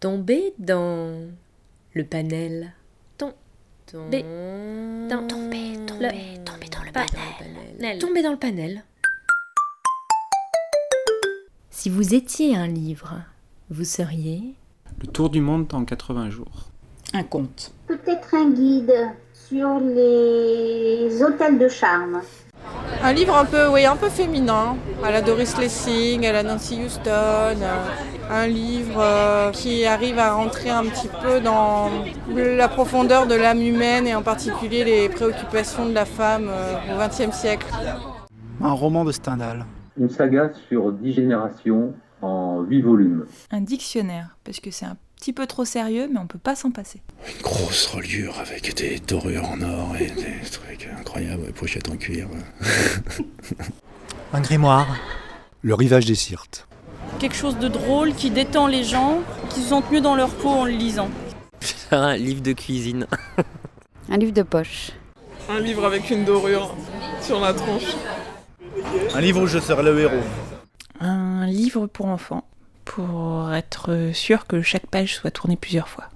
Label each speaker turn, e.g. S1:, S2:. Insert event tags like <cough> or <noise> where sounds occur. S1: Tomber dans le panel. Tomber. Dans...
S2: Tomber, tomber, tomber dans le
S1: Pas
S2: panel.
S1: Dans le panel.
S2: Nel.
S1: Tomber dans le panel. Si vous étiez un livre, vous seriez
S3: Le tour du monde en 80 jours.
S4: Un conte.
S5: peut-être un guide sur les hôtels de charme.
S6: Un livre un peu, oui, un peu féminin, à la Doris Lessing, à la Nancy Houston. euh, Un livre euh, qui arrive à rentrer un petit peu dans la profondeur de l'âme humaine et en particulier les préoccupations de la femme euh, au XXe siècle.
S7: Un roman de Stendhal.
S8: Une saga sur 10 générations en 8 volumes.
S9: Un dictionnaire, parce que c'est un petit peu trop sérieux, mais on peut pas s'en passer.
S10: Une grosse reliure avec des dorures en or et des trucs incroyables, des pochettes en cuir.
S7: Un grimoire.
S11: Le rivage des Sirtes.
S12: Quelque chose de drôle qui détend les gens, qui se sentent mieux dans leur peau en le lisant.
S13: <laughs> Un livre de cuisine.
S14: Un livre de poche.
S6: Un livre avec une dorure sur la tronche.
S15: Un livre où je serai le héros.
S9: Un livre pour enfants, pour être sûr que chaque page soit tournée plusieurs fois.